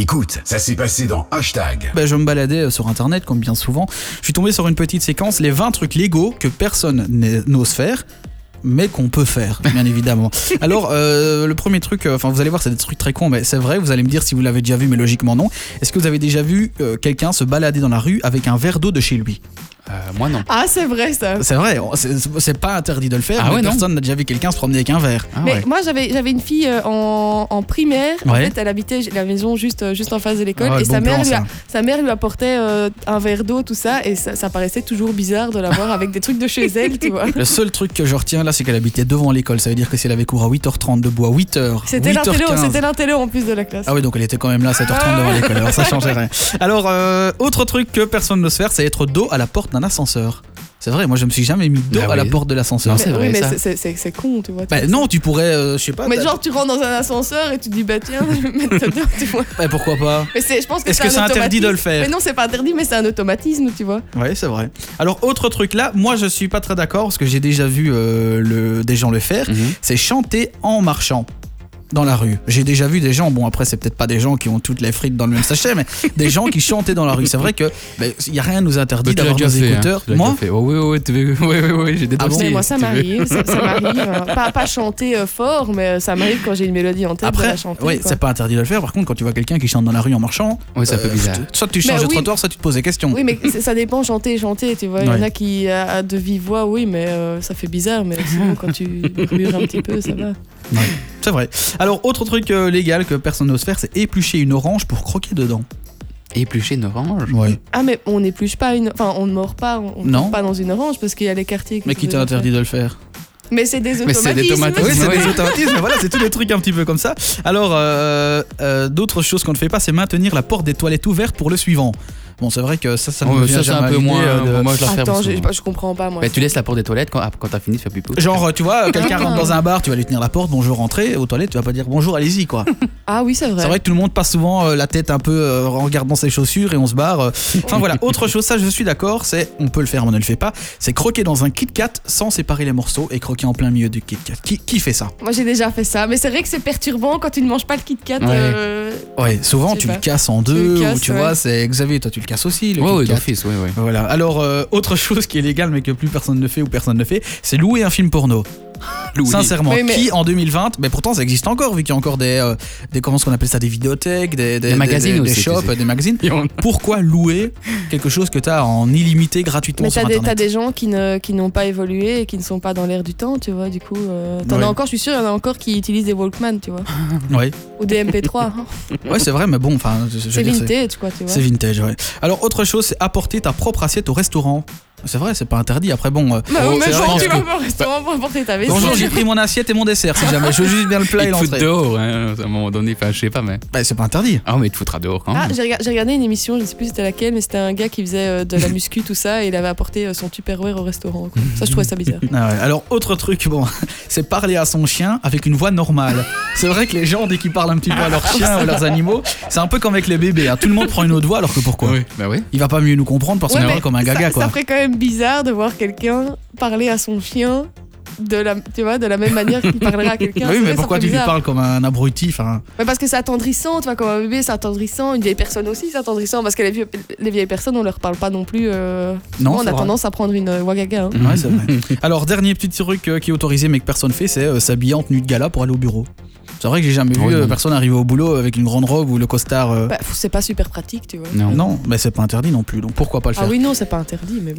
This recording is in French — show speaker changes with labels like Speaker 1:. Speaker 1: Écoute, ça s'est passé dans Hashtag.
Speaker 2: Bah, je me baladais euh, sur internet, comme bien souvent. Je suis tombé sur une petite séquence, les 20 trucs légaux que personne n'a- n'ose faire. Mais qu'on peut faire, bien évidemment. Alors, euh, le premier truc, euh, enfin, vous allez voir, c'est des trucs très cons, mais c'est vrai, vous allez me dire si vous l'avez déjà vu, mais logiquement non. Est-ce que vous avez déjà vu euh, quelqu'un se balader dans la rue avec un verre d'eau de chez lui
Speaker 3: Euh, moi non.
Speaker 4: Ah, c'est vrai ça.
Speaker 2: C'est vrai, on- c'est- c'est pas interdit de le faire,
Speaker 3: Ah
Speaker 2: mais
Speaker 3: ouais, non
Speaker 2: personne n'a déjà vu quelqu'un se promener avec un verre.
Speaker 3: Ah
Speaker 4: Mais
Speaker 3: ouais.
Speaker 4: moi, j'avais j'avais une fille euh, en, en primaire. En
Speaker 2: Ouais.
Speaker 4: fait, elle habitait la maison juste, euh, juste en face de l'école.
Speaker 2: Ah,
Speaker 4: et
Speaker 2: le
Speaker 4: sa,
Speaker 2: bon
Speaker 4: mère
Speaker 2: plan,
Speaker 4: lui a-
Speaker 2: ça.
Speaker 4: sa mère lui apportait euh, un verre d'eau, tout ça. Et ça, ça paraissait toujours bizarre de la voir avec des trucs de chez elle, tu vois.
Speaker 2: Le seul truc que je retiens là, c'est qu'elle habitait devant l'école. Ça veut dire que si elle avait cours à 8h30 de bois, 8h.
Speaker 4: C'était
Speaker 2: 8h15.
Speaker 4: l'intello, c'était l'intello en plus de la classe.
Speaker 2: Ah oui, donc elle était quand même là à 7h30
Speaker 4: Ah
Speaker 2: devant l'école, alors ça changeait rien. Alors, euh, autre truc que personne ne se faire, c'est être dos à la porte d'un ascenseur. C'est vrai, moi je me suis jamais mis dos
Speaker 3: Bah
Speaker 2: à la
Speaker 3: oui.
Speaker 2: porte de l'ascenseur.
Speaker 3: Non, c'est
Speaker 4: oui,
Speaker 3: vrai,
Speaker 4: mais
Speaker 3: ça.
Speaker 4: c'est- c'est- c'est c'est con, tu vois. tu
Speaker 2: Bah
Speaker 4: vois,
Speaker 2: non, tu pourrais, euh, je sais pas.
Speaker 4: c'est- Mais
Speaker 2: t'as-
Speaker 4: genre, tu rentres dans un ascenseur et tu te dis, bah tiens, je vais me mettre dedans, tu vois.
Speaker 2: Bah, pourquoi pas
Speaker 4: Mais c'est- je pense que
Speaker 2: Est-ce que c'est
Speaker 4: un
Speaker 2: interdit de le faire
Speaker 4: Mais non, c'est pas interdit, mais c'est un automatisme, tu vois.
Speaker 2: Ouais, c'est vrai. Alors, autre truc là, moi je suis pas très d'accord parce que j'ai déjà vu euh, le, des gens le faire,
Speaker 3: Mhm.
Speaker 2: c'est chanter en marchant dans la rue. J'ai déjà vu des gens, bon après c'est peut-être pas des gens qui ont toutes les frites dans le même sachet, mais des gens qui chantaient dans la rue. C'est vrai que ben, il y a rien nous interdit
Speaker 3: Mais tu l'as
Speaker 2: d'avoir nos
Speaker 3: déjà fait. hein.
Speaker 2: écouteurs.
Speaker 3: Tu l'as
Speaker 2: Moi,
Speaker 3: déjà fait. Oh, oui, oui, oui, tu veux- oui, oui, oui, j'ai des
Speaker 2: Ah bon
Speaker 4: Mais
Speaker 3: dossiers,
Speaker 4: moi,
Speaker 3: si
Speaker 4: ça
Speaker 3: tu veux.
Speaker 4: m'arrive, ça, ça m'arrive. hein. Pas, pas chanter euh, fort, mais euh, ça m'arrive quand j'ai une mélodie en tête de
Speaker 2: après,
Speaker 4: la chanter.
Speaker 2: oui,
Speaker 4: quoi.
Speaker 2: c'est pas interdit de le faire. Par contre, quand tu vois quelqu'un qui chante dans la rue en marchant,
Speaker 3: Ouais, c'est un peu
Speaker 2: euh,
Speaker 3: bizarre.
Speaker 2: tu- soit tu changes
Speaker 4: Mais
Speaker 2: de
Speaker 4: Bah oui.
Speaker 2: trottoir, soit tu te poses des questions.
Speaker 4: Oui, mais c'est- ça dépend chanter, chanter, tu vois. Il y en
Speaker 2: Ouais.
Speaker 4: a qui, à, à de vive voix, oui, mais euh, ça fait bizarre. Mais sinon, quand tu murmures un petit peu, ça va.
Speaker 2: C'est vrai. Alors, autre truc euh, légal que personne n'ose faire, c'est éplucher une orange pour croquer dedans.
Speaker 3: Éplucher une orange.
Speaker 2: Ouais.
Speaker 4: Ah, mais on n'épluche pas une. Enfin, on ne mord pas, on ne
Speaker 2: Non.
Speaker 4: mord pas dans une orange parce qu'il y a les quartiers qui.
Speaker 2: Mais qui
Speaker 4: nous
Speaker 2: t'a
Speaker 4: ont
Speaker 2: interdit de le faire
Speaker 4: fait. Mais c'est des
Speaker 3: Mais c'est des
Speaker 4: automatismes.
Speaker 3: tomates.
Speaker 2: Oui, c'est
Speaker 3: Ouais.
Speaker 2: des automatismes, mais voilà, c'est tous les trucs un petit peu comme ça. Alors, euh, euh, d'autres choses qu'on ne fait pas, c'est maintenir la porte des toilettes ouverte pour le suivant. Bon, c'est vrai que ça, ça me
Speaker 3: Ouais,
Speaker 2: vient
Speaker 3: ça, c'est
Speaker 2: jamais
Speaker 3: un
Speaker 2: à
Speaker 3: peu
Speaker 2: l'idée,
Speaker 3: moins.
Speaker 2: euh, de-
Speaker 3: euh, Moi, je la ferme.
Speaker 4: Attends, je,
Speaker 3: souvent.
Speaker 4: je comprends pas, moi.
Speaker 3: Bah, tu laisses la porte des toilettes quand, quand t'as fini de faire pipi.
Speaker 2: Genre, euh, tu vois, quelqu'un rentre dans un bar, tu vas lui tenir la porte, bonjour, rentrez, aux toilettes, tu vas pas dire bonjour, allez-y, quoi.
Speaker 4: Ah, oui, c'est vrai.
Speaker 2: C'est vrai que tout le monde passe souvent euh, la tête un peu euh, en regardant ses chaussures et on se barre. euh. Enfin voilà, autre chose, ça je suis d'accord, c'est, on peut le faire, mais on ne le fait pas, c'est croquer dans un Kit Kat sans séparer les morceaux et croquer en plein milieu du Kit Kat. Qui, qui fait ça
Speaker 4: Moi, j'ai déjà fait ça. Mais c'est vrai que c'est perturbant quand tu ne manges pas le Kit Kat.
Speaker 3: Ouais.
Speaker 4: euh,
Speaker 2: Ouais, souvent
Speaker 4: Je sais
Speaker 2: tu le
Speaker 4: pas.
Speaker 2: casses en
Speaker 4: Tu le
Speaker 2: deux, ou
Speaker 4: casses,
Speaker 2: tu
Speaker 4: ouais.
Speaker 2: vois, c'est Xavier, toi tu le casses aussi, le
Speaker 3: Ouais, ouais,
Speaker 2: Kit Kat.
Speaker 3: d'office, ouais, ouais.
Speaker 2: Voilà, alors euh, autre chose qui est légale mais que plus personne ne fait ou personne ne fait, c'est louer un film porno.
Speaker 3: Louer.
Speaker 2: Sincèrement,
Speaker 4: Oui, mais-
Speaker 2: qui en 2020, mais pourtant ça existe encore vu qu'il y a encore des, euh, des comment est-ce qu'on appelle ça, des vidéothèques, des,
Speaker 3: Des magazines
Speaker 2: des,
Speaker 3: aussi, tu
Speaker 2: shops,
Speaker 3: sais.
Speaker 2: des magazines.
Speaker 3: Et on-
Speaker 2: pourquoi louer quelque chose que t'as en illimité gratuitement
Speaker 4: Mais
Speaker 2: sur
Speaker 4: t'as des, t'as
Speaker 2: internet
Speaker 4: des gens qui, ne, qui n'ont pas évolué et qui ne sont pas dans l'air du temps, tu vois, du coup. euh, t'en
Speaker 2: Ouais.
Speaker 4: as encore, je suis sûr, il y en a encore qui utilisent des Walkman, tu vois.
Speaker 2: Ouais,
Speaker 4: Ou des MP3. hein.
Speaker 2: ouais c'est vrai, mais bon, enfin, je- je veux
Speaker 4: C'est
Speaker 2: dire, c'est-
Speaker 4: vintage, quoi, tu vois.
Speaker 2: C'est vintage, ouais. Alors autre chose, c'est apporter ta propre assiette au restaurant. C'est vrai, c'est pas interdit. Après, bon, euh,
Speaker 4: Bah,
Speaker 3: Oh,
Speaker 4: mais
Speaker 3: c'est
Speaker 4: genre,
Speaker 3: vrai
Speaker 4: tu
Speaker 3: que-
Speaker 4: vas pas au restaurant pour apporter ta vaisselle.
Speaker 2: bonjour, j'ai pris mon assiette et mon dessert, si jamais. Je veux juste bien le plat
Speaker 3: Il
Speaker 2: et
Speaker 3: te fout
Speaker 2: l'entrée.
Speaker 3: dehors, hein, à un moment donné. Enfin, je sais pas, mais.
Speaker 2: Bah, c'est pas interdit.
Speaker 3: Ah, mais il te foutra dehors quand
Speaker 2: Hein
Speaker 4: Ah,
Speaker 3: même.
Speaker 4: j'ai, rega- j'ai regardé une émission, je ne sais plus c'était laquelle, mais c'était un gars qui faisait euh, de la muscu, tout ça, et il avait apporté euh, son Tupperware au restaurant. quoi. Ça, je trouvais ça bizarre.
Speaker 2: Ah ouais. Alors autre truc, bon, c'est parler à son chien avec une voix normale. C'est vrai que les gens dès qu'ils parlent un petit peu à leurs chiens ou à leurs animaux, c'est un peu comme avec les bébés. hein. Tout le monde prend une autre voix, alors que pourquoi
Speaker 3: Oui, bah ouais.
Speaker 2: Il va pas mieux nous comprendre parce qu'on
Speaker 4: Ouais,
Speaker 2: est
Speaker 4: mais
Speaker 2: vrai comme un
Speaker 4: ça-
Speaker 2: gaga
Speaker 4: ça,
Speaker 2: quoi.
Speaker 4: ferait quand même bizarre de voir quelqu'un parler à son chien de la, tu vois, de la même manière qu'il parlerait à quelqu'un.
Speaker 2: oui,
Speaker 4: C'est vrai,
Speaker 2: mais
Speaker 4: ça
Speaker 2: pourquoi
Speaker 4: ferait
Speaker 2: tu lui
Speaker 4: bizarre.
Speaker 2: parles comme un abruti enfin,
Speaker 4: Mais parce que c'est attendrissant, tu vois, comme un bébé, c'est attendrissant. Une vieille personne aussi, c'est attendrissant. Parce que les, vieux- les vieilles personnes, on leur parle pas non plus. euh,
Speaker 2: Non,
Speaker 4: on
Speaker 2: c'est
Speaker 4: a
Speaker 2: vrai. Mm.
Speaker 4: tendance à prendre une euh, wagaga. hein.
Speaker 2: Ouais, c'est vrai. Alors, dernier petit truc euh, qui est autorisé mais que personne fait, c'est euh, s'habiller en tenue de gala pour aller au bureau. C'est vrai que j'ai jamais
Speaker 3: Oui,
Speaker 2: vu euh,
Speaker 3: non.
Speaker 2: personne arriver au boulot avec une grande robe ou le costard. euh,
Speaker 4: Bah, pff, c'est pas super pratique, tu vois.
Speaker 3: Non.
Speaker 2: Non, mais c'est pas interdit non plus, donc pourquoi pas le faire
Speaker 4: Ah oui, non, c'est pas interdit, mais